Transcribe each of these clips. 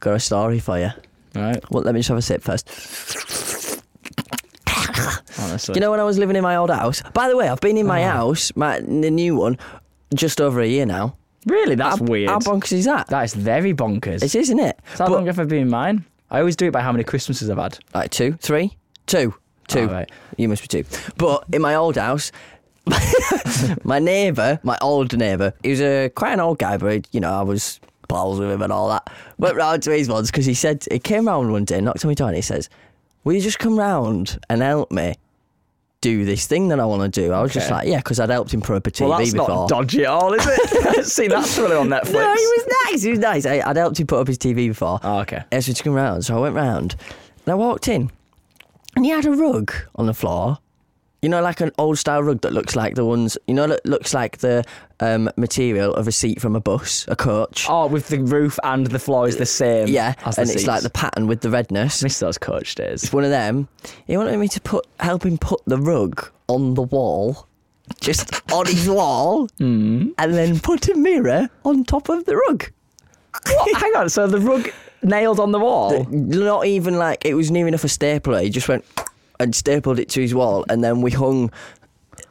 Got a story for you. Right. Well, let me just have a sip first. Honestly. You know, when I was living in my old house. By the way, I've been in Ah. my house, my the new one, just over a year now. really, that's how, weird. How bonkers is that? that is very bonkers. It is, isn't it? It's how But- long have I been in mine? I always do it by how many Christmases I've had. like two, three, two, two. Oh, right. You must be two. But in my old house, my neighbour, my old neighbour, he was a quite an old guy, but he- you know I was pals with him and all that. Went round to his once because he said he came round one day, knocked on my door, and he says, "Will you just come round and help me?" Do this thing that I want to do. I was just Okay. like, yeah, because I'd helped him prop a TV Well, that's before. not dodgy at all, is it? See, that's really on Netflix. No, he was nice. He was nice. I, I'd helped him put up his TV before. Oh, okay. He asked me to come round, so I went round and I walked in, and he had a rug on the floor. You know, like an old style rug that looks like the ones you know that looks like the um, material of a seat from a bus, a coach. Oh, with the roof and the floor is the same. yeah, as the and it's like the seats. pattern with the redness. miss those coach days. It's one of them. He wanted me to put help him put the rug on the wall, just on his wall, Mm. and then put a mirror on top of the rug. What? Hang on. So the rug nailed on the wall. not even like it was near enough a stapler. He just went and stapled it to his wall, and then we hung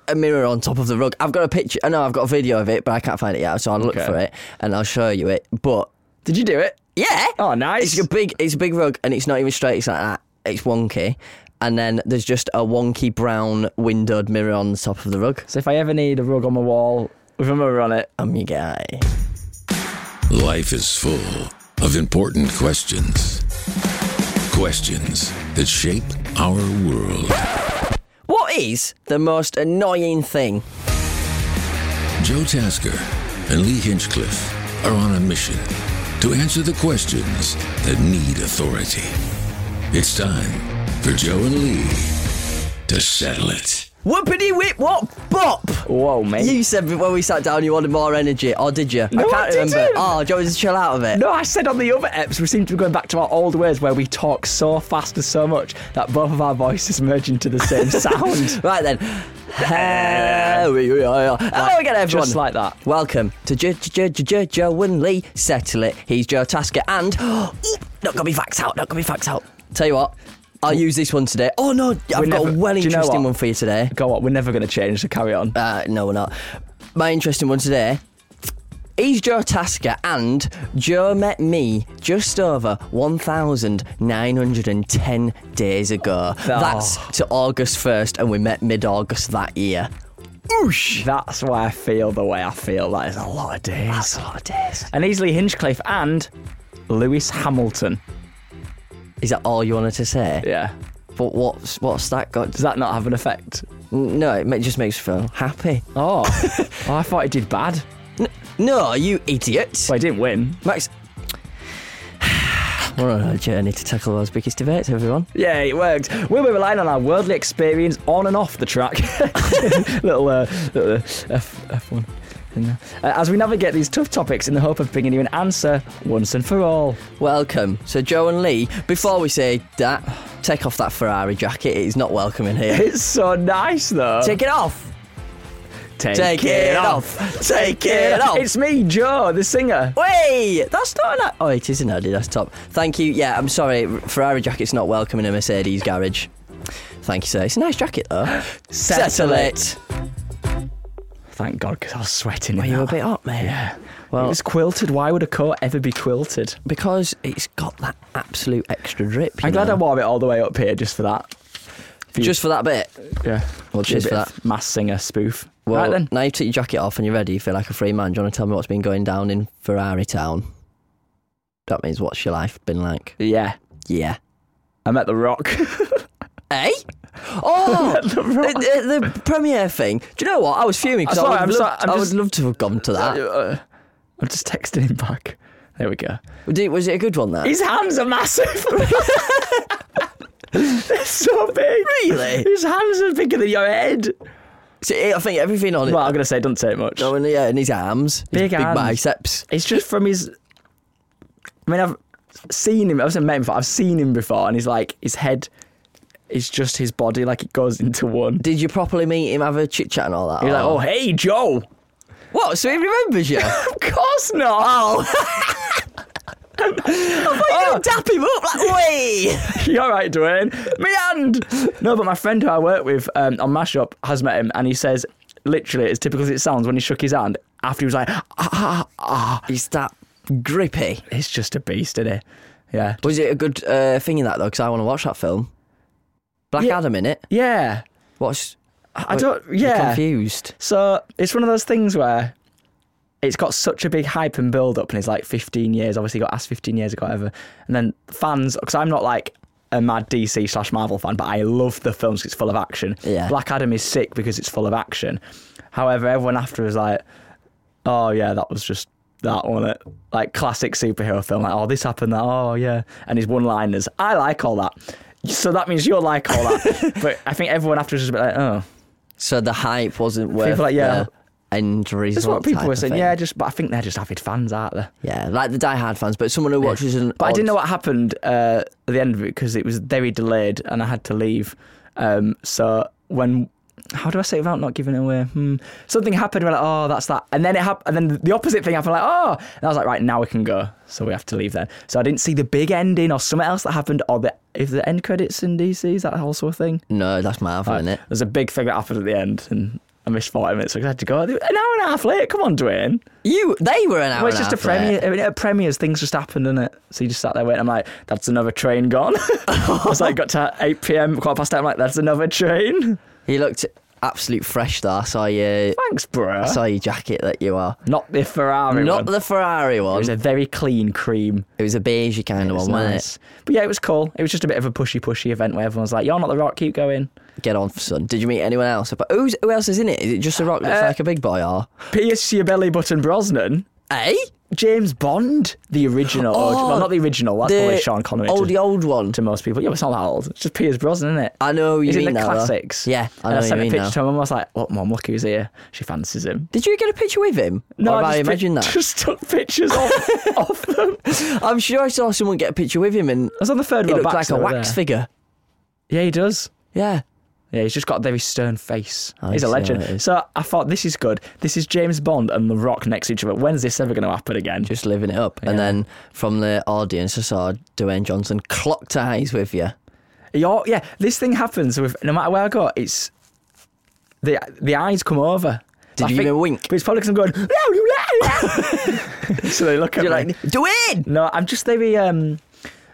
a mirror on top of the rug. I've got a picture. I know I've got a video of it, but I can't find it yet. So I'll look Okay. for it and I'll show you it. But Did you do it? yeah, Oh, nice. It's a big, it's a big rug, and it's not even straight. It's like that. It's wonky, and then there's just a wonky brown windowed mirror on the top of the rug. So if I ever need a rug on my wall with a mirror on it, I'm your guy. Life is full of important questions. Questions that shape our world. What is the most annoying thing? Joe Tasker and Lee Hinchcliffe are on a mission to answer the questions that need authority. It's time for Joe and Lee to settle it. Whoopity whip, what bop? whoa, mate. You said when we sat down you wanted more energy, or did you? No, I can't I remember. didn't. Oh, do you want me to chill out of it? No, I said on the other eps, we seem to be going back to our old ways where we talk so fast and so much that both of our voices merge into the same sound. Right then. Here we are. Hello again, everyone. just like that. Welcome to Jo Jo Jo Jo Joe and Lee Settle It. He's Joe Tasker and. Oop, not gonna be facts out, not gonna be facts out. Tell you what, I'll use this one today. Oh no, I've We're got never- a well do you know interesting what? one for you today. Go on, we're never going to change, so carry on. Uh, no, we're not. My interesting one today. He's Joe Tasker, and Joe met me just over 1,910 days ago. Oh. That's to August 1st, and we met mid August that year. Oosh! That's why I feel the way I feel. That is a lot of days. That's a lot of days. and Easley Hinchcliffe and Lewis Hamilton. Is that all you wanted to say? Yeah. But what's, what's that got? Does that not have an effect? No, it ma- just makes me feel happy. Oh, oh I thought it did bad. No, you idiot! But I didn't win. Max. We're on a journey to tackle those biggest debates, everyone. Yeah, it worked. We'll be relying on our worldly experience on and off the track. little uh, little uh, F, F1. in there. Uh, as we navigate these tough topics in the hope of bringing you an answer once and for all. Welcome. So, Joe and Lee, before we say that, take off that Ferrari jacket. It is not welcome in here. It's so nice though. take it off. Take it off. Take it off. It's me, Joe, the singer. Wait, that's not an. Oh, it is an Adidas top. Thank you. Yeah, I'm sorry. Ferrari jacket's not welcome in a Mercedes garage. Thank you, sir. It's a nice jacket, though. Settle it. Thank God, because I was sweating. Are in you a that. bit hot, mate? Yeah. Well, Well- it was quilted. Why would a coat ever be quilted? Because it's got that absolute extra drip. you I'm glad know. I wore it all the way up here just for that. you. Just for that bit. Yeah. Well, cheers A bit for of Mass singer spoof. Well, right then. now you took your jacket off and you're ready. You feel like a free man. Do you want to tell me what's been going down in Ferrari Town? That means what's your life been like? Yeah. Yeah. I met The Rock. Hey. Oh, the, the, the premiere thing. Do you know what? I was fuming because I, I'm sorry, I'm would sorry, love- I'm I would just- love to have gone to that. Uh, I'm just texting him back. There we go. Did- Was it a good one? That His hands are massive. They're so big. Really? His hands are bigger than your head. See, I think everything on it. Well, I'm going to say, don't say it much. oh, and, yeah, and his arms, his Big big arms. biceps. It's just from his. I mean, I've seen him. I've seen him before. I've seen him before, and he's like his head is just his body, like it goes into one. Did you properly meet him, have a chit chat and all that? You're like, oh hey Joe. what? So he remembers you? Of course not. oh, dap him up like, way. You're all right, Dwayne. Me hand. No, but my friend who I work with um, on Mashup has met him, and he says, literally, as typical as it sounds, when he shook his hand after he was like, "Ah, ah, ah, He's that grippy. it's just a beast, isn't it? Yeah. Was it a good uh, thing in that though? Because I want to watch that film. Black Yeah. Adam in it. Yeah. What's I I Wait, don't. you're Yeah. confused? So it's one of those things where it's got such a big hype and build up, and it's like 15 years. Obviously, got asked 15 years ago, whatever. And then fans, because I'm not like a mad DC slash Marvel fan, but I love the films 'cause it's full of action. Yeah. Black Adam is sick because it's full of action. However, everyone after is like, oh yeah, that was just that one. It like classic superhero film. Like, oh, this happened. That. Oh yeah, and his one-liners. I like all that. So that means you'll like all that. but I think everyone after is just a bit like, oh. So the hype wasn't worth. People like, yeah. the End result. That's what people type were of saying. thing. Yeah, just but I think they're just avid fans, aren't they? yeah, like the Die Hard fans, but someone who watches an. But I didn't odd- know what happened uh, at the end of it because it was very delayed and I had to leave. Um, so when how do I say it without not giving it away? Hmm. Something happened. We're like, oh, that's that. And then it happened. And then the opposite thing happened. Like, oh, and I was like, right now we can go. So we have to leave then. So I didn't see the big ending or something else that happened. Or the if the end credits in DC is that also a thing? No, that's Marvel in it. There's a big thing that happened at the end, and I missed forty minutes. So I had to go an hour and a half late. Come on, Dwayne. You, they were an hour. Well, it's and just a half late. premiere. I mean, at premieres, things just happen, doesn't it? So you just sat there waiting. I'm like, that's another train gone. I was like, got to 8 p.m., quarter past 8. I'm like, that's another train. He looked absolute fresh though. I saw your, Thanks, bro. I saw your jacket that you are. Not the Ferrari Not one. the Ferrari It one. was a very clean cream. It was a beige kind of It's one, wasn't nice. But yeah, it was cool. It was just a bit of a pushy, pushy event where everyone was like, you're not the rock, keep going. it? Get on, son. Did you meet anyone else? But who's who else is in it? Is it just a rock that's Uh, like a big boy or? Pierce your belly button, Brosnan. Eh? James Bond, the original. Oh, well, not the original. That's the probably Sean Connery. Oh, to- the old one. to most people. Yeah, but it's not that old. It's just Piers Brosnan, isn't it? I know you He's mean in the now, though. classics. Yeah, I know and I you sent mean a picture now. to him. I was like, "Look, mom, look who's here. She fancies him." Did you get a picture with him? Or have I, just pic- imagine that. Just took pictures off, off them. I I'm sure I saw someone get a picture with him, and was on the third it row looked back. like so a they were wax there. figure. Yeah, he does. Yeah. Yeah, he's just got a very stern face. I he's a see legend. how it is. So I thought this is good. This is James Bond and The Rock next to each other. When's this ever going to happen again? Just living it up. And then from the audience, I saw Dwayne Johnson clocked eyes with you. You're, yeah, this thing happens with no matter where I go. It's the the eyes come over. Did I you give think- him a wink? But it's probably 'cause I'm going. so they look at You're me. like, Dwayne! No, I'm just very. Um,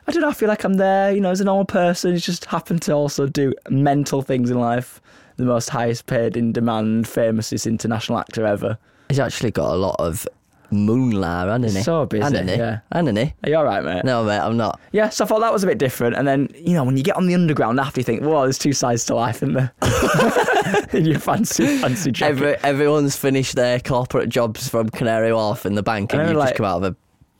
I don't know. I feel like I'm there. You know, as a normal person, who's just happened to also do mental things in life. The most highest paid, in demand, famousest international actor ever. He's actually got a lot of moonlight, hasn't he? So busy, Hasn't he? yeah. Hasn't he? Are you all right, mate? No, mate, I'm not. Yeah, so I thought that was a bit different. And then, you know, when you get on the underground after, you think, "Whoa, there's two sides to life, isn't there?" in your fancy, fancy jacket. Every, everyone's finished their corporate jobs from Canary Wharf in the bank, and I know, you've like- just come out of a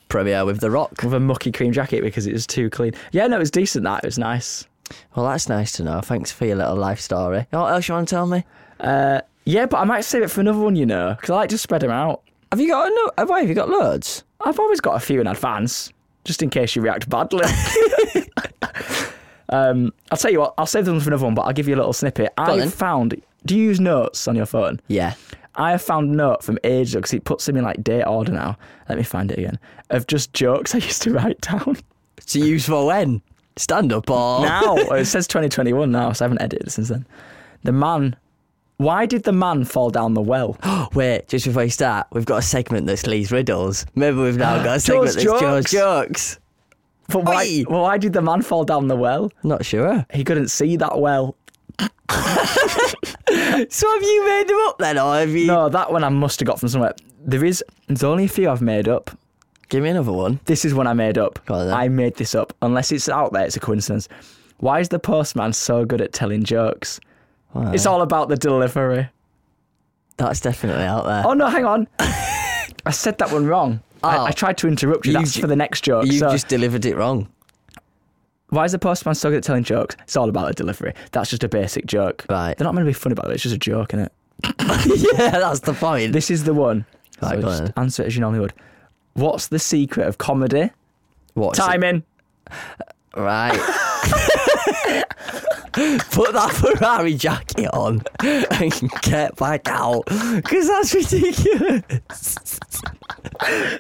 premiere with The Rock. with a mucky cream jacket because it was too clean. Yeah, no, it was decent. That it was nice. Well, that's nice to know. Thanks for your little life story. What else you want to tell me? Uh, yeah, but I might save it for another one, you know, because I like to spread them out. Have you got a no? Have, why, have you got loads? I've always got a few in advance, just in case you react badly. um, I'll tell you what, I'll save them for another one, but I'll give you a little snippet. I then. found. Do you use notes on your phone? Yeah. I have found a note from ages ago because it puts them in like date order now. Let me find it again. Of just jokes I used to write down. To use for when? Stand up or now. it says 2021 now, so I haven't edited it since then. The man Why did the man fall down the well? Wait, just before you start, we've got a segment that's Lee's riddles. Maybe we've now got a segment Joe's that's Joe's jokes. jokes. But why, Oi. well, why did the man fall down the well? Not sure. He couldn't see that well. So have you made them up then, or have you? No, that one I must have got from somewhere. There is, there's only a few I've made up. Give me another one. This is one I made up. Go on then. I made this up. Unless it's out there, it's a coincidence. Why is the postman so good at telling jokes? It's all about the delivery. That's definitely out there. Oh no, hang on. I said that one wrong. Oh. I, I tried to interrupt you. You That's ju- for the next joke. you so- just delivered it wrong. Why is the postman so good at telling jokes? It's all about the delivery. That's just a basic joke. Right. They're not meant to be funny about it. It's just a joke, innit? yeah, that's the point. This is the one. Right, so go just on. answer it as you normally would. What's the secret of comedy? What's it- Timing. Right. Put that Ferrari jacket on and get back out because that's ridiculous.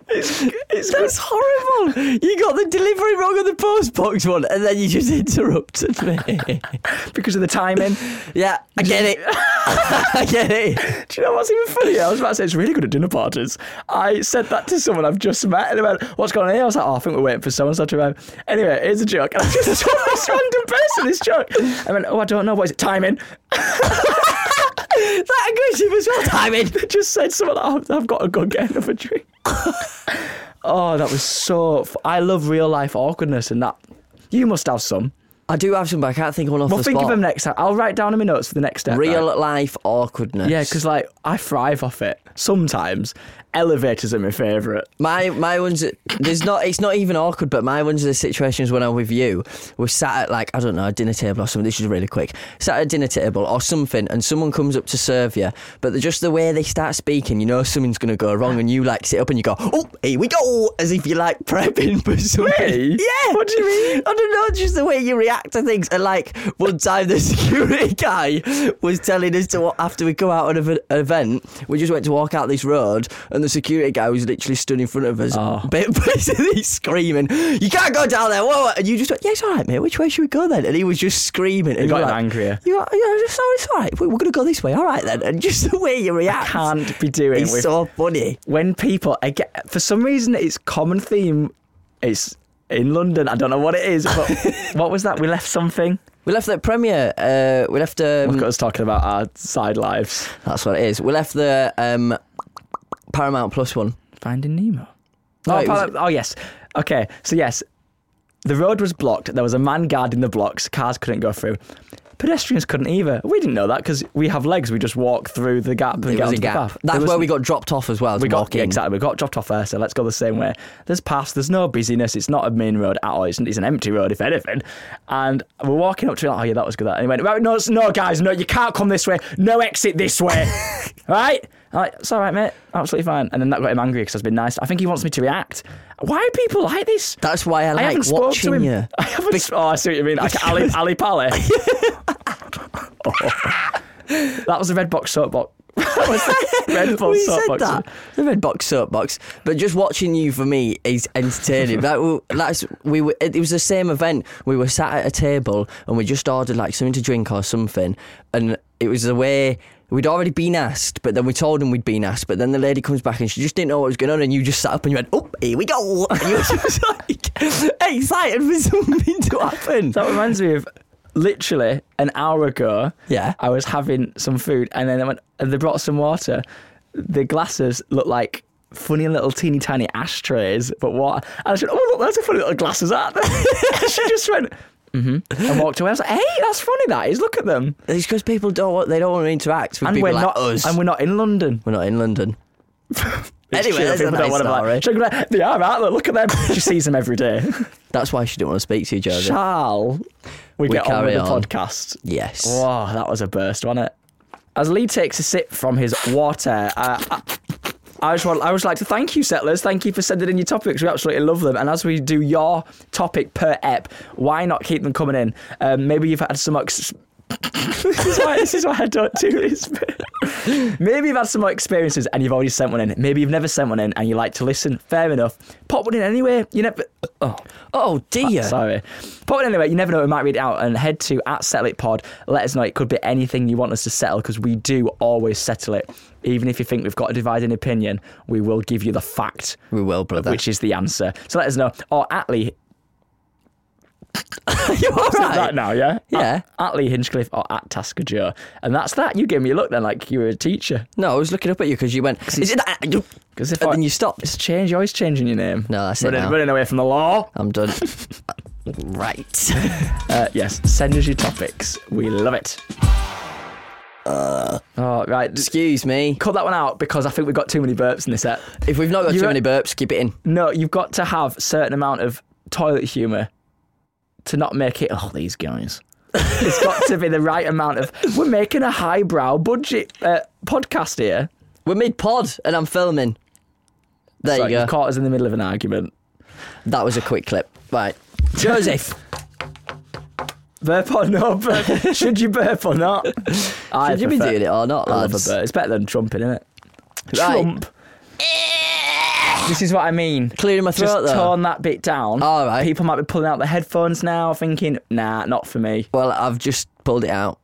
that's horrible. You got the delivery wrong on the postbox one, and then you just interrupted me. Because of the timing. yeah, I get it. I get it. Do you know what's even funny? I was about to say it's really good at dinner parties. I said that to someone I've just met and they went, What's going on here? I was like, Oh, I think we're waiting for someone so to arrive. Anyway, here's a joke. And I just told this random person this joke. I went, Oh, I don't know. What is it? Timing. That aggressive as well. Timing. They just said something like, "Oh, I've got to go get another drink. oh, that was so. F- I love real life awkwardness and that. You must have some. I do have some, but I can't think of one off Well, the think spot. of them next time. I'll write down in my notes for the next step. Real right? life awkwardness. Yeah, because like I thrive off it. Sometimes elevators are my favourite. My my ones there's not it's not even awkward, but my ones are the situations when I'm with you. We're sat at like, I don't know, a dinner table or something, this is really quick. Sat at a dinner table or something and someone comes up to serve you, but the- just the way they start speaking, you know something's gonna go wrong and you like sit up and you go, Oh, here we go as if you're like prepping for something. Really? Yeah. What do you mean? I don't know, just the way you react to things. And like one time, the security guy was telling us to wa- after we go out on a v- an event, we just went to walk out this road, and the security guy was literally stood in front of us, ba- basically screaming, "You can't go down there!" Whoa! And you just went, "Yeah, it's all right, mate. Which way should we go then?" And he was just screaming. And You got we're him like, angrier. You are, yeah, it's all, it's all right. We- We're gonna go this way. All right then. And just the way you react, Can't be doing It's with so funny. when people I get for some reason it's common theme. It's in London. I don't know what it is, but what was that? We left something. We left that premiere. Uh, we left. Um, Look at us talking about our side lives. that's what it is. We left the um, Paramount Plus one. Finding Nemo. No, oh, it was- Apollo- oh, yes. Okay, so yes, the road was blocked. There was a man guarding the blocks. Cars couldn't go through. Pedestrians couldn't either. We didn't know that because we have legs. We just walk through the gap and It get was a onto gap. the path. There That's was- where we got dropped off as well. We to got walk in. yeah, exactly. We got dropped off there, so let's go the same way. There's paths. There's no busyness. It's not a main road at all. It's, it's an empty road, if anything. And we're walking up to it. Like, oh yeah, that was good. That. And he went, right, no, it's- no, guys, no, you can't come this way. No exit this way. right? I'm like, it's all right, mate. Absolutely fine. And then that got him angry because I've been nice. I think he wants me to react. Why are people like this? That's why I like haven't spoke watching to him. you. I haven't. sp- oh, I see what you mean. Like Ali, Ali Pali. That was a red box soapbox. That was a red box we said soapbox. that the red box soapbox, but just watching you for me is entertaining. that, w- that's we were. It was the same event. We were sat at a table and we just ordered like something to drink or something, and it was the way. We'd already been asked, but then we told him we'd been asked. But then the lady comes back and she just didn't know what was going on, and you just sat up and you went, "Oh, here we go!" And you were just like excited for something to happen. That reminds me of literally an hour ago. Yeah. I was having some food and then I went and they brought some water. The glasses look like funny little teeny tiny ashtrays, but what? And I said, Oh, look, those are funny little glasses, aren't they? she just went, Mm-hmm. And walked away. I was like, "Hey, that's funny. That is. Look at them." It's because people don't want they don't want to interact with And people we're like not us. And we're not in London. We're not in London. anyway, Sure, that's a people don't nice wanna be story. like, "Check it out. they are, aren't they? Look at them. She sees them every day. That's why she didn't want to speak to you, Josie. Shall we, get on with carry the on. podcast? yes. Wow, that was a burst, wasn't it? As Lee takes a sip from his water, uh, I, I just want, I would like to thank you, settlers. Thank you for sending in your topics. We absolutely love them. And as we do your topic per ep, why not keep them coming in? Um, maybe you've had some. Ex- this, is why, this is why I don't do this. bit. Maybe you've had some more experiences and you've already sent one in. Maybe you've never sent one in and you like to listen. Fair enough. Pop one in anyway. You never. Oh, Oh dear. sorry. Pop one anyway. You never know. We might read it out and head to at Settle It Pod. Let us know. It could be anything you want us to settle because we do always settle it. Even if you think we've got a dividing opinion, we will give you the fact, We will, brother. which is the answer. So let us know. Or Atlee. you all Said right? that now, yeah? Yeah. At, at Lee Hinchcliffe or at Tasker Joe. And that's that. You gave me a look then like you were a teacher. No, I was looking up at you because you went. Is it that? You... Because if And I- then you stopped. It's change. You're always changing your name. No, that's it running, now. Running away from the law. I'm done. right. Uh, yes, send us your topics. We love it. oh, right. Uh. Just Excuse me. cut that one out because I think we've got too many burps in this set. If we've not got You too re- many burps, keep it in. No, you've got to have certain amount of toilet humour to not make it. Oh, these guys. it's got to be the right amount of. We're making a highbrow budget uh, podcast here. We're mid pod and I'm filming. There Sorry, you go. Caught us in the middle of an argument. That was a quick clip. Right. Joseph, Burp or no burp? Should you burp or not? I should you be prefer- doing it or not, I love a lads? burp. It's better than trumping, isn't it? Right. Trump. this is what I mean. Clearing my throat Just though. torn that bit down. All right. People might be pulling out their headphones now, thinking, "Nah, not for me." Well, I've just pulled it out.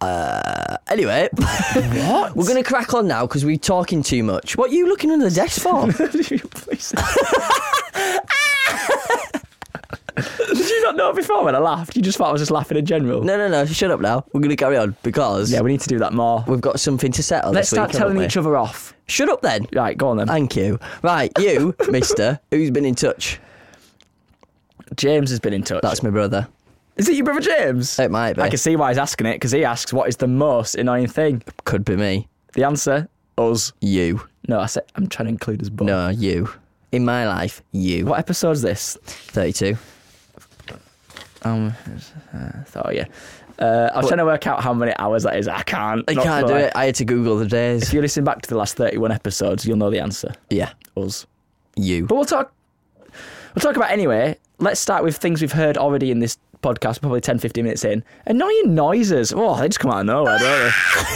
Uh, anyway, what? We're gonna crack on now because we're talking too much. What are you looking under the desk for? Please. Did you not know before when I laughed? You just thought I was just laughing in general. no, no, no. Shut up now. We're gonna carry on because Yeah, we need to do that more. we've got something to settle. Let's this week, start telling haven't each we? other off. Shut up then. Right, go on then. Thank you. Right, you, Mister, who's been in touch? James has been in touch. That's Uh, my brother. Is it your brother James? It might be. I can see why he's asking it because he asks, "What is the most annoying thing?" Could be me. The answer, us. You. No, I said I'm trying to include us both. No, Uh, you. In my life, you. What episode is this? Thirty-two. Um, uh, oh yeah. Uh, I was trying to work out how many hours that is. I can't. I not can't do gonna lie. it. I had to Google the If days. you listen back to the last 31 episodes, you'll know the answer. Yeah, Us. you. But we'll talk. We'll talk about it anyway. Let's start with things we've heard already in this podcast, probably 10, 15 minutes in. Annoying noises. Oh, they just come out of nowhere, don't they?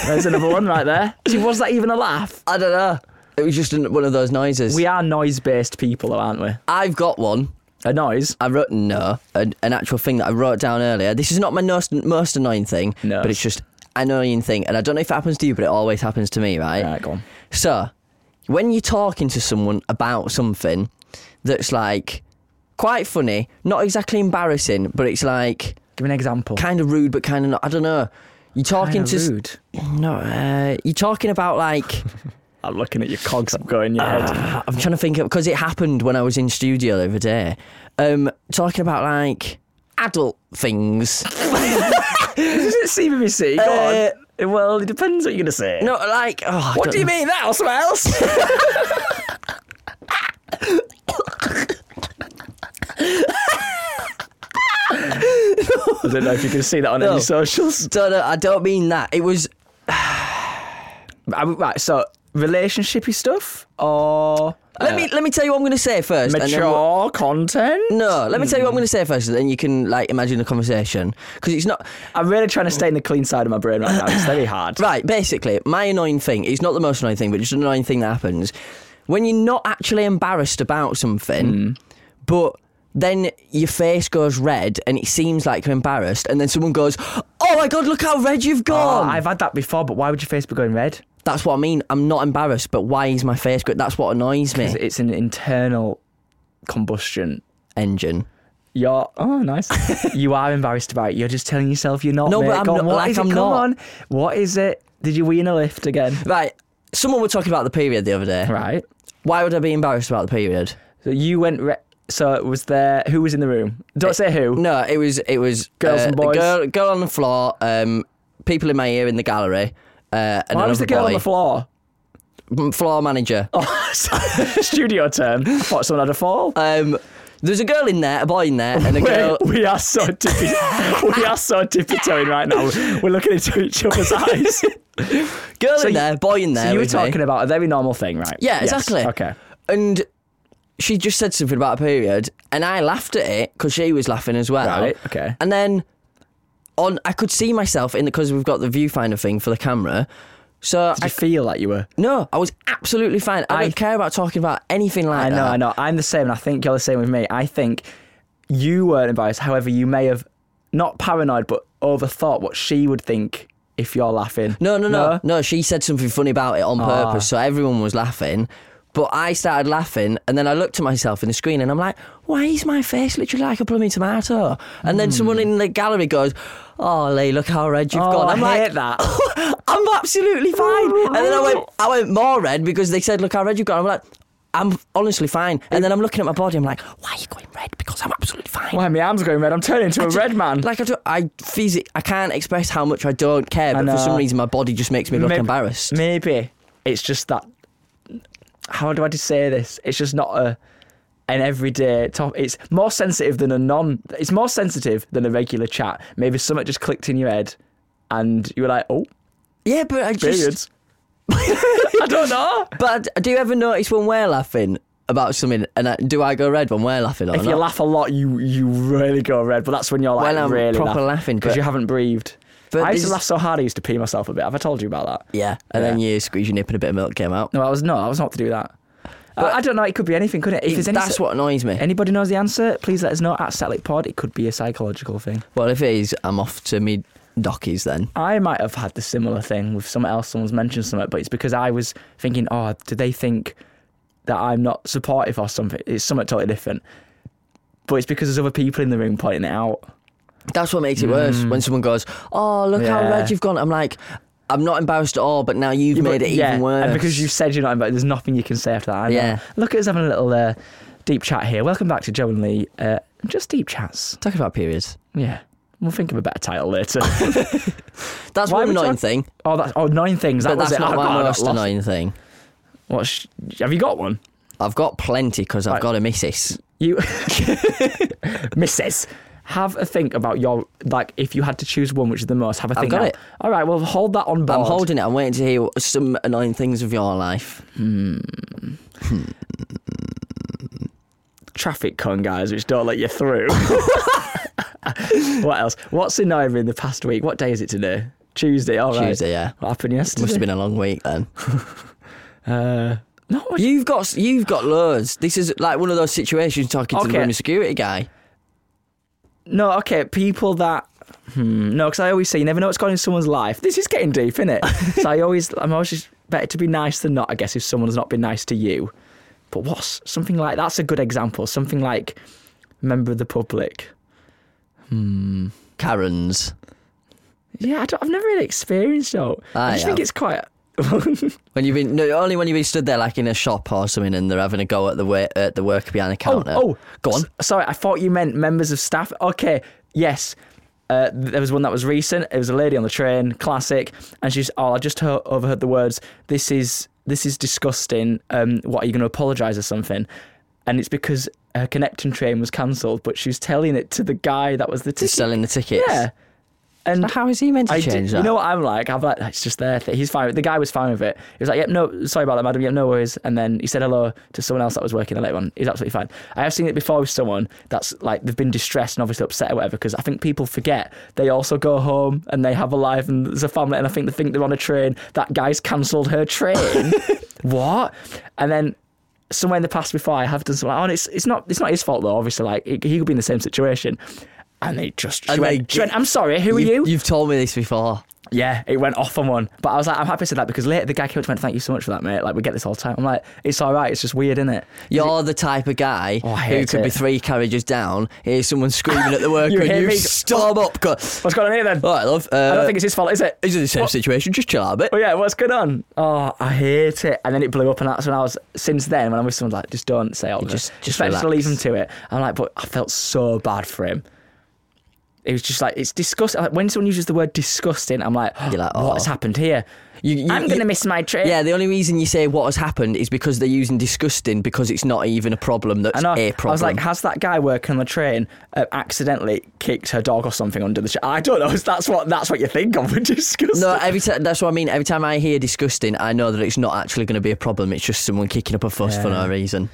There's another one right there. See, was that even a laugh? I don't know. It was just an- one of those noises. We are noise-based people, though, aren't we? I've got one. A noise. I wrote no, an, an actual thing that I wrote down earlier. This is not my most, most annoying thing, No. but it's just annoying thing. And I don't know if it happens to you, but it always happens to me, right? Right, go on. So, when you're talking to someone about something that's like quite funny, not exactly embarrassing, but it's like Give me an example. kind of rude, but kind of not. I don't know. You're talking Kinda to s- rude. no, uh, you're talking about like I'm looking at your cogs going in your head. I'm trying to think of because it happened when I was in studio the other day. Um, talking about like adult things. Does it CBBC? Go on. Uh, Well, it depends what you're going to say. No, like oh, I What don't do you know. mean that or something else? I don't know if you can see that on No. any socials. Don't know, I don't mean that. It was I- right, so relationshipy stuff or uh, let me let me tell you what I'm going to say first. and then we'll- mature Mm. content? no, let me tell you what I'm going to say first, and then you can like imagine the conversation because it's not I'm really trying to stay in the clean side of my brain right now. It's very hard. right. Basically, my annoying thing. It's not the most annoying thing, but just an annoying thing that happens when you're not actually embarrassed about something, Mm. but. Then your face goes red and it seems like you're embarrassed, and then someone goes, "Oh my god, look how red you've Oh, gone!" I've had that before, but why would your face be going red? That's what I mean. I'm not embarrassed, but why is my face good? That's what annoys me. It's an internal combustion. Engine. You're oh nice. you are embarrassed about it. You're just telling yourself you're not. No, mate. but I'm Go on, not- what like, is it? I'm Come not. on. What is it? Did you win a lift again? Right. Someone were talking about the period the other day. Right. Why would I be embarrassed about the period? So you went. Re- so it was there. Who was in the room? Don't say who. Eh, No, it was it was uh, Girls and the boys. Girl, girl on the floor. Um, people in my ear in the gallery. Uh, and Why another was the girl boy. on the floor? Oh, Mm, floor manager. Studio term. I thought someone had a fall. Um, there's a girl in there, a boy in there, and a Wait, girl. we are so tippy. we are so tippy toeing right now. We're looking into each other's eyes. Girl in so you- there, boy in there. so you were with me. talking about a very normal thing, right? Yeah, Yes, exactly. Okay. And she just said something about a period, and I laughed at it because she was laughing as well. Right, okay. And then on, I could see myself in because we've got the viewfinder thing for the camera. So Did I, you feel like you were? no, I was absolutely fine. I, I- don't care about talking about anything like I know, that. I know. I'm the same, and I think you're the same with me. I think you weren't embarrassed. However, you may have not paranoid, but overthought what she would think if you're laughing. No, no, no, no. she said something funny about it on Ah. purpose, so everyone was laughing. But I started laughing, and then I looked at myself in the screen, and I'm like, "Why is my face literally like a blooming tomato?" And then someone in the gallery goes, "Oh, Lee, look how red you've Hmm. Oh, gone." I I'm like, hate that. Oh, "I'm absolutely fine." and then I went, I went more red because they said, "Look how red you've gone." I'm like, "I'm honestly fine." And then I'm looking at my body, I'm like, "Why are you going red?" Because I'm absolutely fine. Why my arms are going red? I'm turning into a Just- red man. Like I, do, I physi- I can't express how much I don't care, but know. for some reason my body just makes me look Mayb- embarrassed. Maybe it's just that. How do I just say this? It's just not a an everyday top. It's more sensitive than a non. It's more sensitive than a regular chat. Maybe something just clicked in your head, and you were like, "Oh, yeah, but I just. periods." I don't know. But do you ever notice when we're laughing about something, and I, do I go red when we're laughing? Or If you not? laugh a lot, you you really go red. But that's when you're like Well, I'm really proper laughing, because but- you haven't breathed. but I used to this- laugh so hard I used to pee myself a bit. Have I told you about that? yeah, and then you squeeze your nip and a bit of milk came out. No, I was not. I was not to do that. I, I don't know. It could be anything, couldn't it? If there's any That's s- what annoys me. Anybody knows the answer? Please let us know at Satellite Pod. It could be a psychological thing. well, if it is, I'm off to me dockies then. I might have had the similar thing with someone else. Someone's mentioned something, but it's because I was thinking, oh, do they think that I'm not supportive or something? It's something totally different. But it's because there's other people in the room pointing it out. That's what makes it worse when someone goes, "Oh, look how Mm. Yeah. red you've gone." I'm like, I'm not embarrassed at all, but now you've made it yeah, even worse. And because you said you're not invited, there's nothing you can say after that. I know. Yeah. Look at us having a little uh, deep chat here. Welcome back to Joe and Lee. Uh, just deep chats. talking about periods, Yeah. We'll think of a better title later. that's Why one would you annoying have- thing. oh, that's, oh, nine things. That But was that's it. not Oh, God, I my got most lost. annoying thing. What sh- have you got one? I've got plenty because I've Right. got a missus. You, Mrs. Have a think about your like. If you had to choose one, which is the most, have a I've think. got now. it. All right. Well, hold that on board. I'm holding it. I'm waiting to hear some annoying things of your life. traffic con guys, which don't let you through. what else? What's annoying me in the past week? What day is it today? Tuesday. All right. Tuesday, yeah. What happened yesterday? Must have been a long week then. Uh, not much. You've got you've got loads. This is like one of those situations talking to the Okay. room security guy. No. Okay. People that. Hmm, no, because I always say you never know what's going on in someone's life. This is getting deep, isn't it? so I always, I'm always just better to be nice than not. I guess if someone's not been nice to you, but what's something like that's a good example. Something like member of the public. Karen's. Yeah, I don't, I've never really experienced though. I I just think have. it's quite. When you've been no, only when you've been stood there like in a shop or something, and they're having a go at the wait, at the worker behind the counter. Oh, go on. S- sorry, I thought you meant members of staff. Okay, yes. Uh, th- there was one that was recent. It was a lady on the train, classic, and she's. Oh, I just heard, overheard the words. This is this is disgusting. Um, what are you going to apologise or something? And it's because her connecting train was cancelled, but she was telling it to the guy that was the Just ticket. selling the tickets. yeah, and So how is he meant to I did- change that? You know what I'm like? I'm like, it's just their thing. He's fine. with- The guy was fine with it. He was like, yep, no, sorry about that, madam. Yep, no worries. And then he said hello to someone else that was working there later on. He's absolutely fine. I have seen it before with someone that's like, they've been distressed and obviously upset or whatever, because I think people forget they also go home and they have a life and there's a family. And I think they think they're on a train. That guy's cancelled her train. what? And then somewhere in the past before I have done something. Like, oh, and it's it's not it's not his fault though. Obviously, like it, he could be in the same situation. And they just. She And they went, she went, I'm sorry. Who are You've- you? You've told me this before. Yeah, it went off on one. But I was like, I'm happy to that because later the guy came up to me and went, Thank you so much for that, mate. Like, we get this all the time. I'm like, It's all right. It's just weird, isn't it? You're the type of guy Oh, I who hate could be it. three carriages down, hears someone screaming at the worker, and hear you me? storm up. Go, What's going on here then? All right, love. Uh, I don't think it's his fault, is it? These are the same situation. Just chill out a bit. Oh, yeah, what's going on? Oh, I hate it. And then it blew up, and that's when I was, since then, when I'm with someone, like, just don't say all this. just- just Expect us to leave relax. him to it. I'm like, But I felt so bad for him. It was just like, It's disgusting. Like, when someone uses the word disgusting, I'm like, You're like, What has "Oh." happened here? You- you- I'm going you- to miss my train. Yeah, the only reason you say what has happened is because they're using disgusting because it's not even a problem that's I know. a problem. I was like, has that guy working on the train uh, accidentally kicked her dog or something under the? Ch-? I don't know. That's what that's what you think of when you discuss. no, it. every time that's what I mean. Every time I hear disgusting, I know that it's not actually going to be a problem. It's just someone kicking up a fuss for no reason.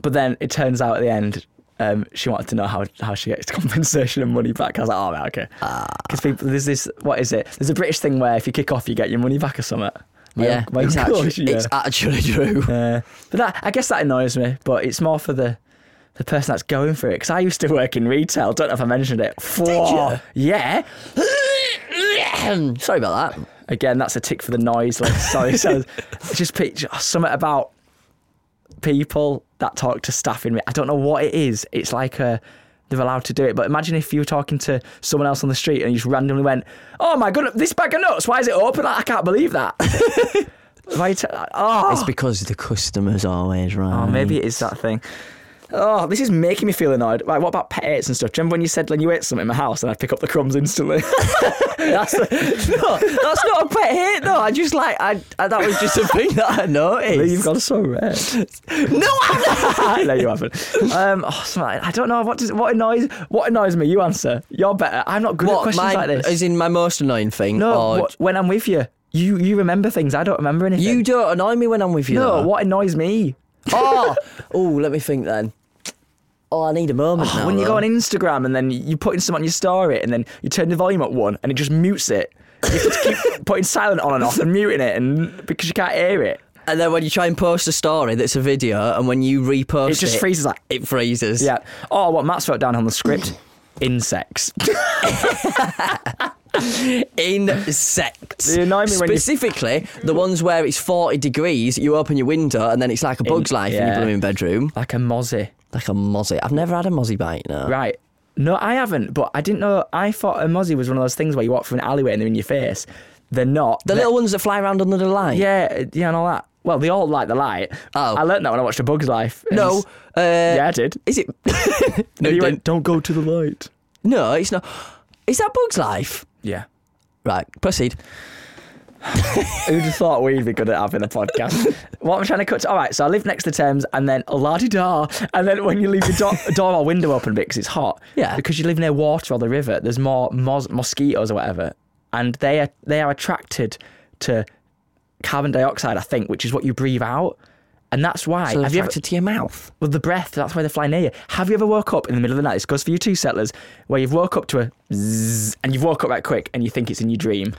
but then it turns out at the end. Um, she wanted to know how, how she gets compensation and money back. I was like, Ah. oh, right, okay. Because people, there's this, what is it? There's a British thing where if you kick off, you get your money back or something. My- yeah, my it's, gosh, actu- it's actually true. Uh, but that, I guess that annoys me, but it's more for the the person that's going through it. Because I used to work in retail. Don't know if I mentioned it. For, Yeah. Sorry about that. Again, that's a tick for the noise. Like, sorry, so just picture something about people that talk to staff in. re- I don't know what it is. It's like a. They're allowed to do it, but imagine if you were talking to someone else on the street and you just randomly went, "Oh my goodness, this bag of nuts! Why is it open? Like, I can't believe that." Why you t- oh, It's because the customer's always right. Oh, maybe it is that thing. Oh, this is making me feel annoyed. Right, what about pet hates and stuff? Do you remember when you said when you ate something in my house and I'd pick up the crumbs instantly? that's no, that's not a pet hate. No, I just like I, I that was just a thing that I You've noticed. gone so red. no, I no, you haven't. Um, oh, something like- I don't know what does what annoys what annoys me. You answer. You're better. I'm not good at what questions my like this. as in my most annoying thing. no, or- what, when I'm with you, you you remember things. I don't remember anything. you don't annoy me when I'm with you. no. though. What annoys me? Oh, oh, let me think then. Oh, I need a moment. now, when you go though. on Instagram and then you put in something on your story and then you turn the volume up one and it just mutes it. You have to keep putting silent on and off and muting it and because you can't hear it. and then when you try and post a story that's a video, and when you repost, It just freezes like It freezes. yeah. Oh, what Matt's wrote down on the script. Insects. Insects. They annoy me when you- Specifically, the ones where it's 40 degrees, you open your window, and then it's like a bug's life in yeah. your blooming bedroom. like a mozzie. Like a mozzie. I've never had a mozzie bite, no. Right. No, I haven't, but I didn't know I thought a mozzie was one of those things where you walk through an alleyway and they're in your face. They're not. The They're- little ones that fly around under the light. Yeah, yeah, and all that. Well, they all like the light. Oh. I learned that when I watched A Bug's Life. It No. was- Uh, yeah, I did. Is it? And no, he you went, went... "Don't go to the light." no, it's not. Is that Bug's Life? Yeah. Right, proceed. Who'd have thought we'd be good at having a podcast? what I'm trying to cut to. All right, so I live next to Thames, and then la di da, and then when you leave your do- door or window open because it's hot, Yeah. because you live near water or the river, there's more mos- mosquitoes or whatever, and they are they are attracted to carbon dioxide, I think, which is what you breathe out, and that's why. So have you ever, attracted to your mouth. well, the breath, that's why they fly near you. Have you ever woke up in the middle of the night? This goes for you two settlers, where you've woke up to a zzz, and you've woke up right quick, and you think it's in your dream.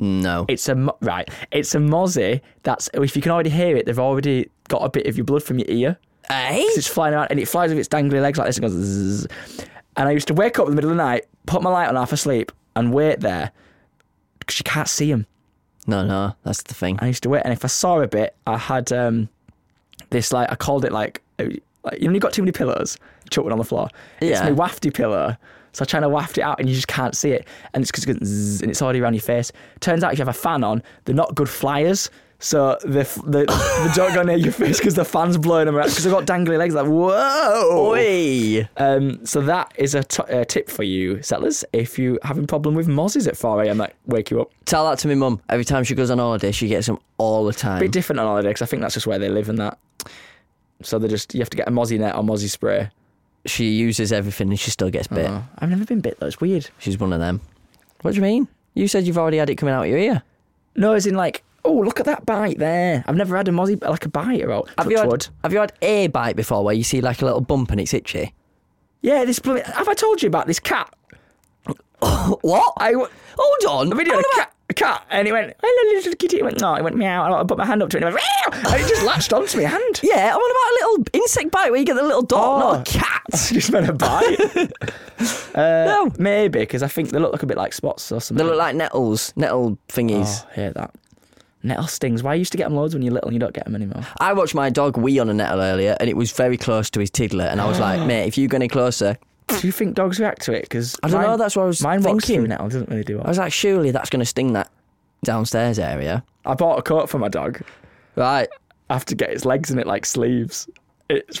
No. It's a mo- right. It's a mozzie. That's if you can already hear it, they've already got a bit of your blood from your ear. Eh? 'Cause It's flying around and it flies with its dangly legs like this and goes. Zzz. And I used to wake up in the middle of the night, put my light on half asleep, and wait there because you can't see them. No, no, that's the thing. I used to wait, and if I saw a bit, I had um, this like I called it like, uh, like you know, when you got too many pillows, chucking on the floor. It's Yeah. my wafty pillow. So I'm trying to waft it out, and you just can't see it, and it's because it goes zzz, and it's already around your face. Turns out if you have a fan on, they're not good flyers. So they, f- they, they don't go near your face because the fan's blowing them around because they've got dangly legs like whoa. Oi! Um, so that is a t- a tip for you settlers if you having problem with mozzies at 4 a.m. that wake you up. Tell that to my mum. Every time she goes on holiday, she gets them all the time. bit different on holiday 'cause I think that's just where they live and that. So they just you have to get a mozzie net or mozzie spray. she uses everything and she still gets bit. Oh, I've never been bit though. It's weird. She's one of them. What do you mean? You said you've already had it coming out of your ear. No, as in like, oh look at that bite there. I've never had a mozzie like a bite or all. Have you, Touch had, wood. have you had a bite before where you see like a little bump and it's itchy? Yeah, this. blooming- Have I told you about this cat? What? I w- Hold on. the video Hold had a cat. A cat, and he went, hello, little kitty. He went, no, he went, meow. I put my hand up to it and he went, meow. And it just latched onto my hand. Yeah, I'm on about a little insect bite where you get the little dot, Oh. not a cat. It's just meant a bite. uh, No. Maybe, because I think they look, look a bit like spots or They something. look like nettles, nettle thingies. Oh, hear that. Nettle stings. Why you used to get them loads when you're little and you don't get them anymore? I watched my dog wee on a nettle earlier and it was very close to his tiddler and I was like, mate, if you're any closer, Do you think dogs react to it? Because I don't know, that's what I was mine walks thinking. through nettle. Doesn't really do I well. was like, surely that's going to sting that downstairs area. I bought a coat for my dog. Right. I have to get its legs in it like sleeves. It's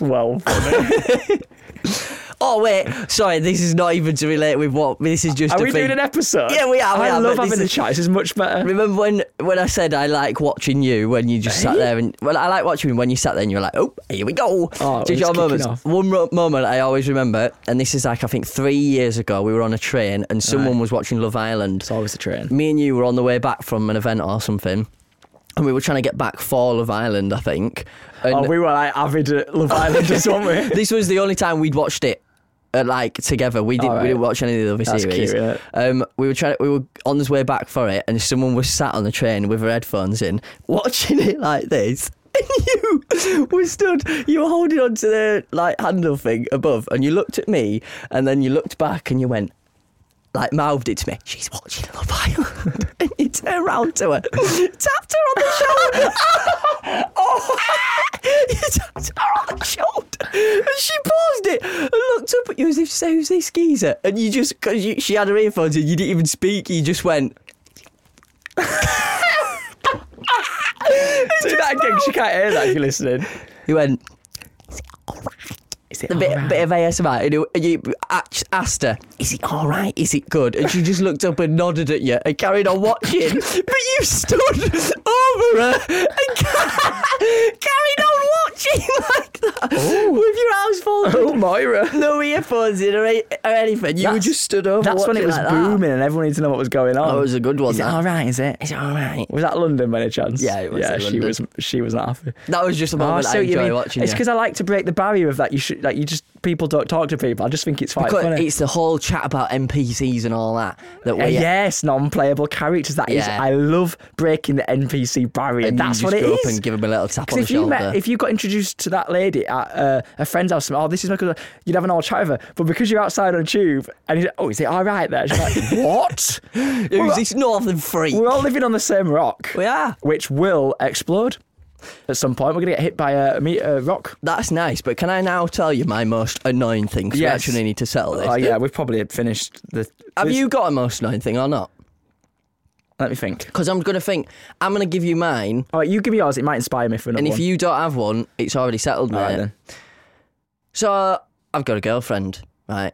well. Oh wait, sorry, this is not even to relate with what this is just are a we thing. doing an episode? Yeah, we are, we I are, love but this having a is- chat. This is much better. Remember when, when I said I like watching you when you just sat Eh? there and well I like watching when you sat there and you were like oh here we go Oh, Just it's your kicking moments off. one ro- moment I always remember and this is like I think three years ago we were on a train and someone was watching Love Island It's always the train. me and you were on the way back from an event or something and we were trying to get back for Love Island I think and Oh, we were like avid uh, Love Islanders, weren't we? this was the only time we'd watched it uh, uh, like together. We didn't All we didn't right. watch any of the other That's series. cute, yeah. Um, we were trying. We were on this way back for it, and someone was sat on the train with her headphones in, watching it like this. And you were stood. You were holding onto the like handle thing above, and you looked at me, and then you looked back, and you went. Like mouthed it to me. She's watching Love Island, and you turned round to her, tapped her on the shoulder. oh, you tapped her on the shoulder, and she paused it and looked up at you as if to say, "Who's this geezer?" And you just, because she had her earphones in, you didn't even speak. You just went, Do that again. She can't hear that if you're listening. you went. Is it all right? Is it a bit, bit of ASMR? And you, and you act- asked her, "Is it all right? Is it good?" And she just looked up and nodded at you and carried on watching. but you stood over her and ca- carried on watching like that with your eyes folded. Oh, Moira. No earphones in or, a- or anything. You were That's- just stood over. That's when it watching was like that. booming and everyone needed to know what was going on. That was a good one. Is it that. all right? Is it? Is it all right? Was that London by any chance? Yeah, it was Yeah, in she London. was. She was not happy. That was just a moment I I see what Oh, you enjoy mean. watching. It's yeah. because I like to break the barrier of that. You should like you just people don't talk to people. I just think it's quite Because funny. it's the whole chat about NPCs and all that that we Uh, Yes, non-playable characters. That is, Yeah. I love breaking the NPC barrier. and That's you what just it go is. up and give him a little tap 'Cause on the if you shoulder. met, if you got introduced to that lady at uh, a friend's house, oh, this is my cousin, you'd have an old chat with her. But because you're outside on tube, and you're like, oh, is it all right there? She's like, what? Who's Well, this northern freak? We're all living on the same rock. We are. Which will explode at some point. We're going to get hit by a, a meet, a rock. That's nice, but can I now tell you my most annoying thing? 'Cause we Yes. actually need to settle this. Oh, yeah, we've probably finished the. Have this- you got a most annoying thing or not? Let me think. Because I'm going to think, I'm going to give you mine, All right, you give me yours. It might inspire me for another and if one. you don't have one, it's already settled, mate. All right, then. So I've got a girlfriend, right?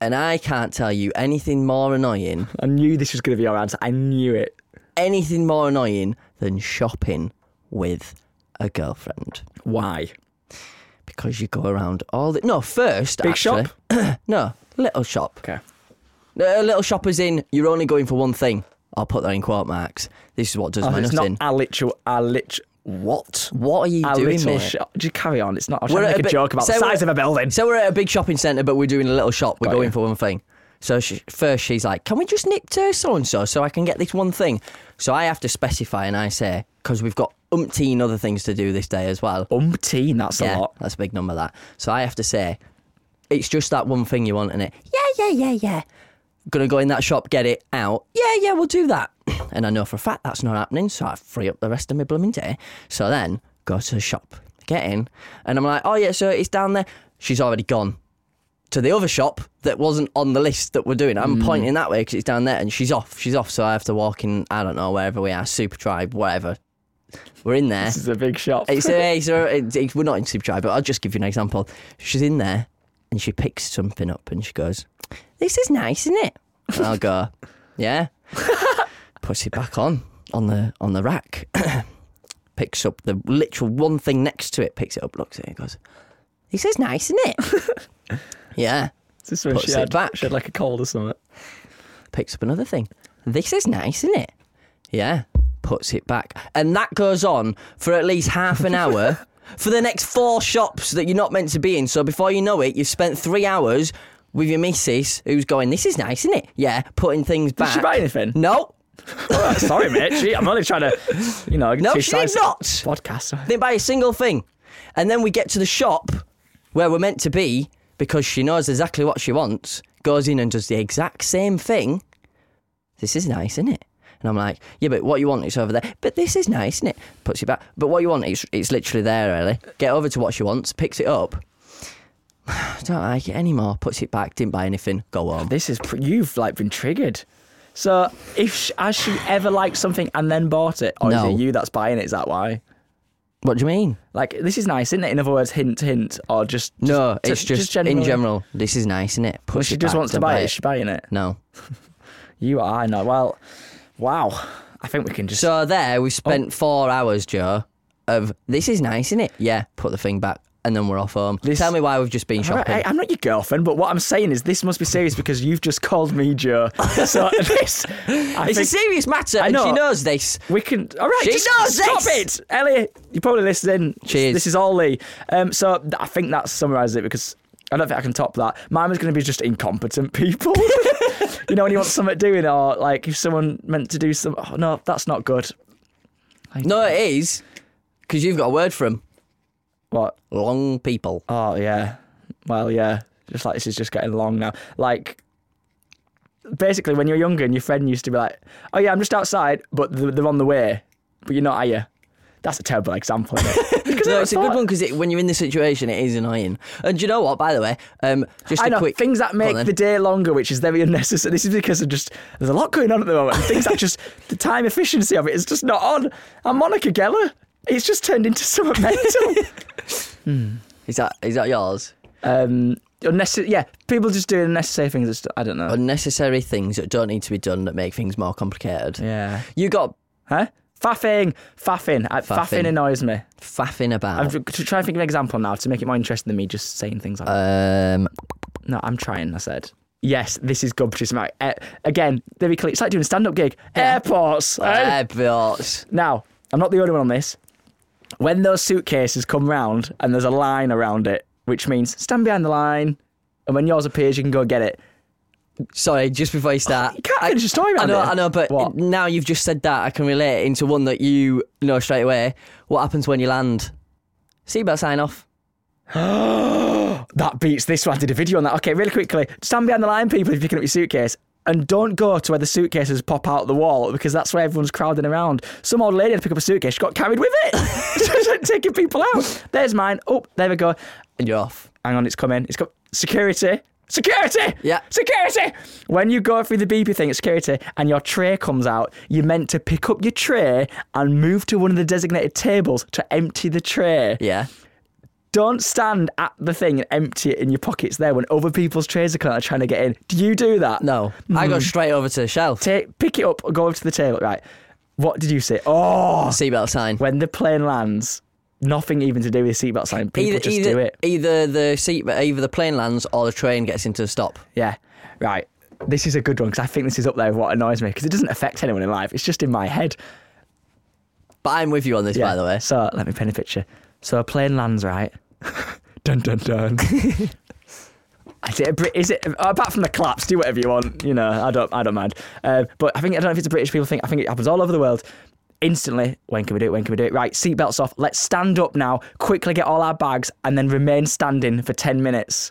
And I can't tell you anything more annoying, I knew this was going to be your answer. I knew it. anything more annoying than shopping with a girlfriend. Why? Because you go around all the. No, first. Big actually, shop? no, little shop. Okay. A little shop is in, you're only going for one thing. I'll put that in quote marks. This is what does my Oh, it's nut not in. a literal, a literal. What? What are you A doing, little mate? shop. Just carry on. It's not. I'm We're trying at to make a, bi- joke about the so size of we're- a building. So we're at a big shopping centre, but we're doing a little shop. We're Got going you. for one thing. So she, first she's like, "Can we just nip to so and so so I can get this one thing?" So I have to specify, and I say, "Because we've got umpteen other things to do this day as well." Umpteen. That's a lot. That's a big number, that. So I have to say, it's just that one thing you want, in it? Yeah, yeah, yeah, yeah. Gonna go in that shop, get it out. Yeah, yeah, we'll do that. And I know for a fact that's not happening, so I free up the rest of my blooming day. So then go to the shop, get in, and I'm like, oh yeah, so it's down there. She's already gone to the other shop that wasn't on the list that we're doing. Mm. I'm pointing that way because it's down there, and she's off. She's off, so I have to walk in. I don't know wherever we are, Super Tribe, whatever. We're in there. This is a big shop. It's a, it's a, it's, it's- we're not in Super Dry, but I'll just give you an example. She's in there and she picks something up and she goes, This is nice, isn't it? And I'll go, Yeah. Puts it back on, on the, on the rack. picks up the literal one thing next to it, picks it up, looks at it, and goes, This is nice, isn't it? yeah. Is this when puts she it had, back. she had like a cold or something. picks up another thing. This is nice, isn't it? Yeah, puts it back. And that goes on for at least half an hour for the next four shops that you're not meant to be in. So before you know it, you've spent three hours with your missus who's going, This is nice, isn't it? Yeah, putting things back. she buy anything? Oh, No. Sorry, mate. She, I'm only trying to, you know, No, two she did sides- not. Podcast. Didn't buy a single thing. And then we get to the shop where we're meant to be because she knows exactly what she wants, goes in and does the exact same thing. This is nice, isn't it? And I'm like, yeah, but what you want is over there. But this is nice, isn't it? Puts it back. But what you want, it's, it's literally there, really. Get over to what she wants, picks it up. Don't like it anymore. Puts it back, didn't buy anything, go home. This is pr- you've like been triggered. So if she, has she ever liked something and then bought it, or No. is it you that's buying it? Is that why? What do you mean? Like this is nice, isn't it? In other words, hint, hint, or just, just No, ju- it's just, in generally. general, this is nice, isn't it? Well, Puts she it just back, wants to don't buy it. Is she buying it? No. You are. I know. Well, wow. I think we can just. So there, we Oh. spent four hours, Joe, of this is nice, isn't it? Yeah, put the thing back, and then we're off home. This- Tell me why we've just been All right, shopping. I, am not your girlfriend, but what I'm saying is this must be serious because you've just called me Joe. So this, I it's a think serious matter, I and she know. knows this. we can. All right, She just knows stop this! it, Elliot. You're probably listening. Cheers. This is all Lee. Um, so th- I think that summarises it because I don't think I can top that. Mine was going to be just incompetent people. you know, when you want something doing, or like if someone meant to do some. Oh, no, that's not good. No, it is. Because you've got a word for 'em. What? Long people. Oh yeah. Well yeah. Just like this is just getting long now. Like basically when you're younger and your friend used to be like, Oh yeah, I'm just outside, but th- they're on the way. But you're not, are you? That's a terrible example. Isn't it? Because I No, it's a thought- good one because when you're in this situation, it is annoying. And do you know what? By the way, um, just I a know quick things that Go on make then. the day longer, which is very unnecessary. This is because of just there's a lot going on at the moment. and Things that just the time efficiency of it is just not on. And Monica Geller, it's just turned into something mental. Is that is that yours? um, unnecessary. Yeah, people just doing unnecessary things. It's, I don't know. Unnecessary things that don't need to be done that make things more complicated. yeah. You got Huh? Faffing, faffing, I, faffing. Faffing. annoys me. faffing I'm about. tr- tr- trying to think of an example now to make it more interesting than me just saying things like. Um, that. No, I'm trying. I said. Yes, this is gumptious, mate. Uh, again, very clear. It's like doing a stand-up gig. Airports. Uh, eh? airports. Now, I'm not the only one on this. When those suitcases come round and there's a line around it, which means stand behind the line, and when yours appears, you can go get it. Sorry, just before you start. You can't finish a story I around know, it. I know, but What? now you've just said that, I can relate it into one that you know straight away. What happens when you land? Seatbelt sign off. That beats this one. I did a video on that. Okay, really quickly. Stand behind the line, people, if you're picking up your suitcase. And don't go to where the suitcases pop out the wall because that's where everyone's crowding around. Some old lady had to pick up a suitcase, she got carried with it. Taking people out. There's mine. Oh, there we go. And you're off. Hang on, it's coming. It's got security. Security! Yeah. Security! When you go through the beepy thing at security and your tray comes out, you're meant to pick up your tray and move to one of the designated tables to empty the tray. Yeah. Don't stand at the thing and empty it in your pockets there when other people's trays are coming out trying to get in. Do you do that? No. I Hmm. go straight over to the shelf. Take, pick it up, go over to the table. Right. What did you say? Oh! Seatbelt sign. When the plane lands, nothing even to do with the seatbelt sign. People just either, do it. Either the seat, either the plane lands or the train gets into a stop. Yeah. Right. This is a good one because I think this is up there with what annoys me because it doesn't affect anyone in life. It's just in my head. But I'm with you on this, by the way. So let me paint a picture. So a plane lands, right? dun dun dun. Is it, a Brit- is it apart from the claps? Do whatever you want. You know, I don't, I don't mind. Uh, but I think I don't know if it's a British people thing. I think it happens all over the world. Instantly, when can we do it? When can we do it? Right, seatbelts off. Let's stand up now. Quickly get all our bags and then remain standing for ten minutes.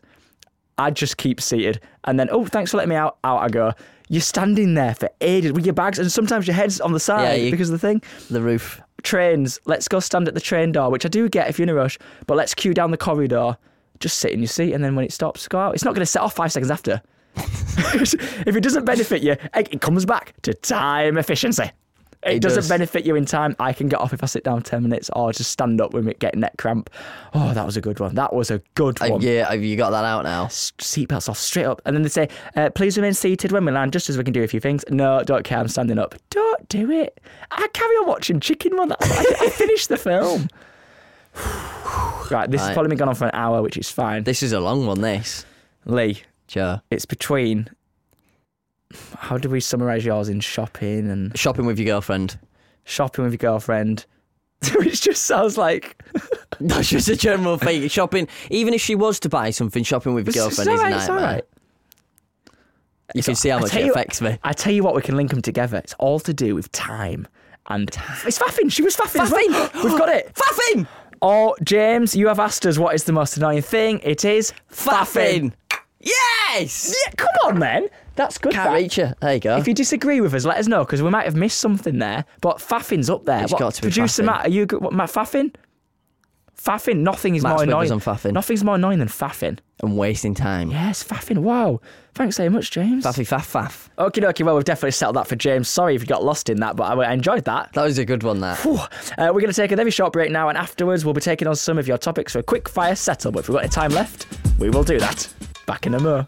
I just keep seated. And then, oh, thanks for letting me out. Out I go. You're standing there for ages with your bags, and sometimes your head's on the side you- because of the thing The roof. trains, let's go stand at the train door, which I do get if you're in a rush, but let's queue down the corridor, just sit in your seat, and then when it stops, go out. It's not going to set off five seconds after. if it doesn't benefit you, it it comes back to time efficiency. It, It doesn't does. benefit you in time. I can get off if I sit down 10 minutes or just stand up when we get neck cramp. Oh, that was a good one. That was a good Have one. you, have you got that out now? S- Seatbelts off straight up. And then they say, uh, please remain seated when we land, just as we can do a few things. No, don't care. I'm standing up. Don't do it. I carry on watching Chicken Run. That's I, I finished the film. right, this Right. has probably been gone on for an hour, which is fine. This is a long one. This, Lee, Joe. it's between. How do we summarise yours in shopping and Shopping with your girlfriend. shopping with your girlfriend? Which just sounds like That's just a general thing. Shopping, even if she was to buy something, shopping with your It's girlfriend is all a right, nightmare. it's all right. You can see how I much tell it you- affects me. I tell you what, we can link them together. It's all to do with time and it's faffing. She was faffing. as well. Faffing! We've got it. Faffing, Oh, James, you have asked us what is the most annoying thing. It is faffing. faffing. Yes. Yeah, come on, then. That's good. Can't that. reach you. There you go. If you disagree with us, let us know because we might have missed something there. But faffing's up there. It's What- got to be Producer faffing. Matt, are you good? What, Matt faffing? Faffing. Nothing is Matt's more with us annoying. on faffing. Nothing's more annoying than faffing. I'm wasting time. Yes, faffing. Wow. Thanks very much, James. Faffy faff faff. Okay, okay. Well, we've definitely settled that for James. Sorry if you got lost in that, but I, I enjoyed that. That was a good one. That. Phew. Uh, we're going to take a very short break now, and afterwards, we'll be taking on some of your topics for a quick fire settle. But if we've got any time left, we will do that. Back in a mo.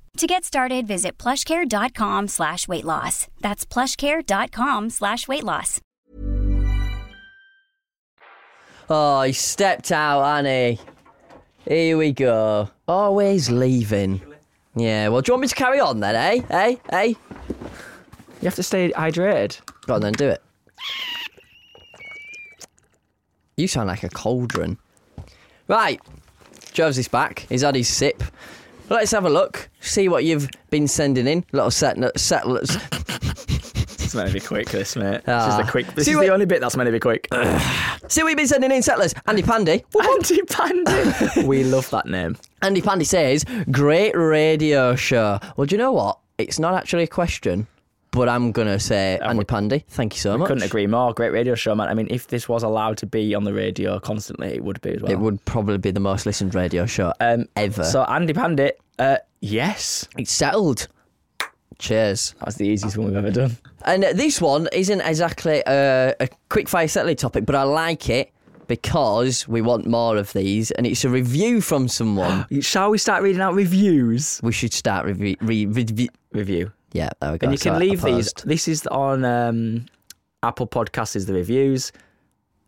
To get started, visit plushcare.com slash weight loss. That's plushcare.com slash weight loss. Oh, he stepped out, Annie. Here we go. Always leaving. Yeah, well, do you want me to carry on then, eh? Eh? Eh? You have to stay hydrated. Go on then, do it. You sound like a cauldron. Right, Jovesy's back. He's had his sip. Let's have a look. See what you've been sending in. Little set, set, It's meant to be quick, this mate. This Ah. is the quick. This See is what- the only bit that's meant to be quick. see what you've been sending in, settlers. Andy Pandy. Andy Pandy. we love that name. Andy Pandy says, "Great radio show." Well, do you know what? It's not actually a question, but I'm gonna say, Andy Pandy, thank you so much. Uh, Couldn't agree more. Great radio show, man. I mean, if this was allowed to be on the radio constantly, it would be as well. It would probably be the most listened radio show ever. Um, So Andy Pandit, uh, yes, it's settled. Cheers. that's the easiest one we've ever done. And uh, this one isn't exactly uh, a, a quick fire settling topic, but I like it because we want more of these, and it's a review from someone. Shall we start reading out reviews? we should start review. Re- review. Review, Yeah, there we go. and you So can I- leave I these. paused. This is on um, Apple Podcasts. Is the reviews? Oh,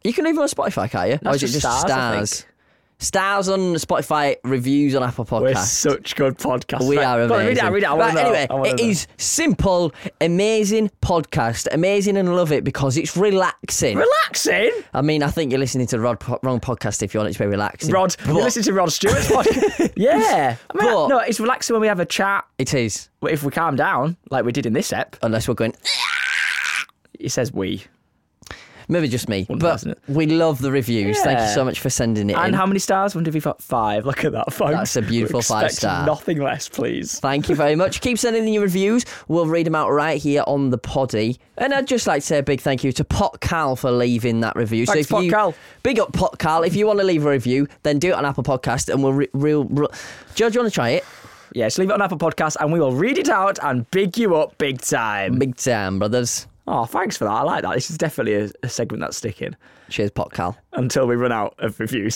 You can leave them on Spotify, can't you? or is it just just stars, I think. stars? Stars on Spotify, reviews on Apple We're Podcasts. such good podcasts. We are Go on, amazing. read it out. Read it out. I Right, wanna know. anyway, I wanna it know. is simple, amazing podcast. Amazing and love it because it's relaxing. relaxing. I mean, I think you're listening to the rod po- wrong podcast if you want it to be relaxing. Rod, But you listen to Rod Stewart's podcast. yeah, I mean, But- no, it's relaxing when we have a chat. it is, But if we calm down, like we did in this ep, unless we're going. it says we. Maybe just me, One but person, it. we love the reviews. Thank you Yeah. so much for sending it in. And how many stars? One, two, three, four, five. Look at that, folks. That's a beautiful We expect five-star. Nothing less, please. Thank you very much. Keep sending in your reviews. We'll read them out right here on the poddy. And I'd just like to say a big thank you to Pot Cal for leaving that review. Thanks, Pot you, Cal. Big up Pot Cal. If you want to leave a review, then do it on Apple Podcast and we'll. Re- real, real... Joe, do you want to try it? Yeah, just leave it on Apple Podcast and we will read it out and big you up big time. Big time, brothers. Oh, thanks for that. I like that. This is definitely a, a segment that's sticking Cheers, Pot Cal. until we run out of reviews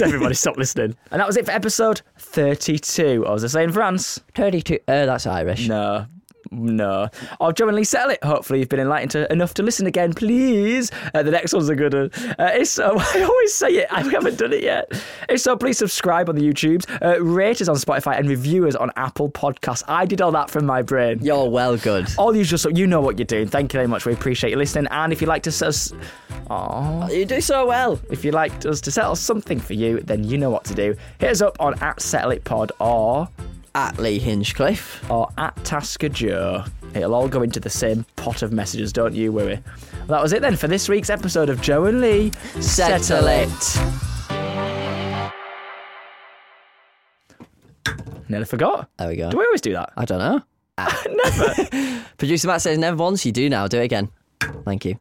everybody stopped listening. And that was it for episode 32. Or as I say in France, 32. Uh, that's Irish. no. No. I'll Joe and Lee settle it. Hopefully, you've been enlightened to, enough to listen again, please. Uh, the next one's a good one. Uh, if so, I always say it. I haven't done it yet. If so, please subscribe on the YouTubes, uh, rate us on Spotify, and review us on Apple Podcasts. I did all that from my brain. You're well good. All you just you know what you're doing. Thank you very much. We appreciate you listening. And if you'd like to set us, You do so well. if you'd like us to settle something for you, then you know what to do. Hit us up on at Settle It Pod or At Lee Hinchcliffe. or at Tasker Joe. It'll all go into the same pot of messages, don't you worry. Well, that was it then for this week's episode of Joe and Lee Settle it. Nearly forgot. There we go. Do we always do that? I don't know. Never. Producer Matt says never once. You do now. Do it again. Thank you.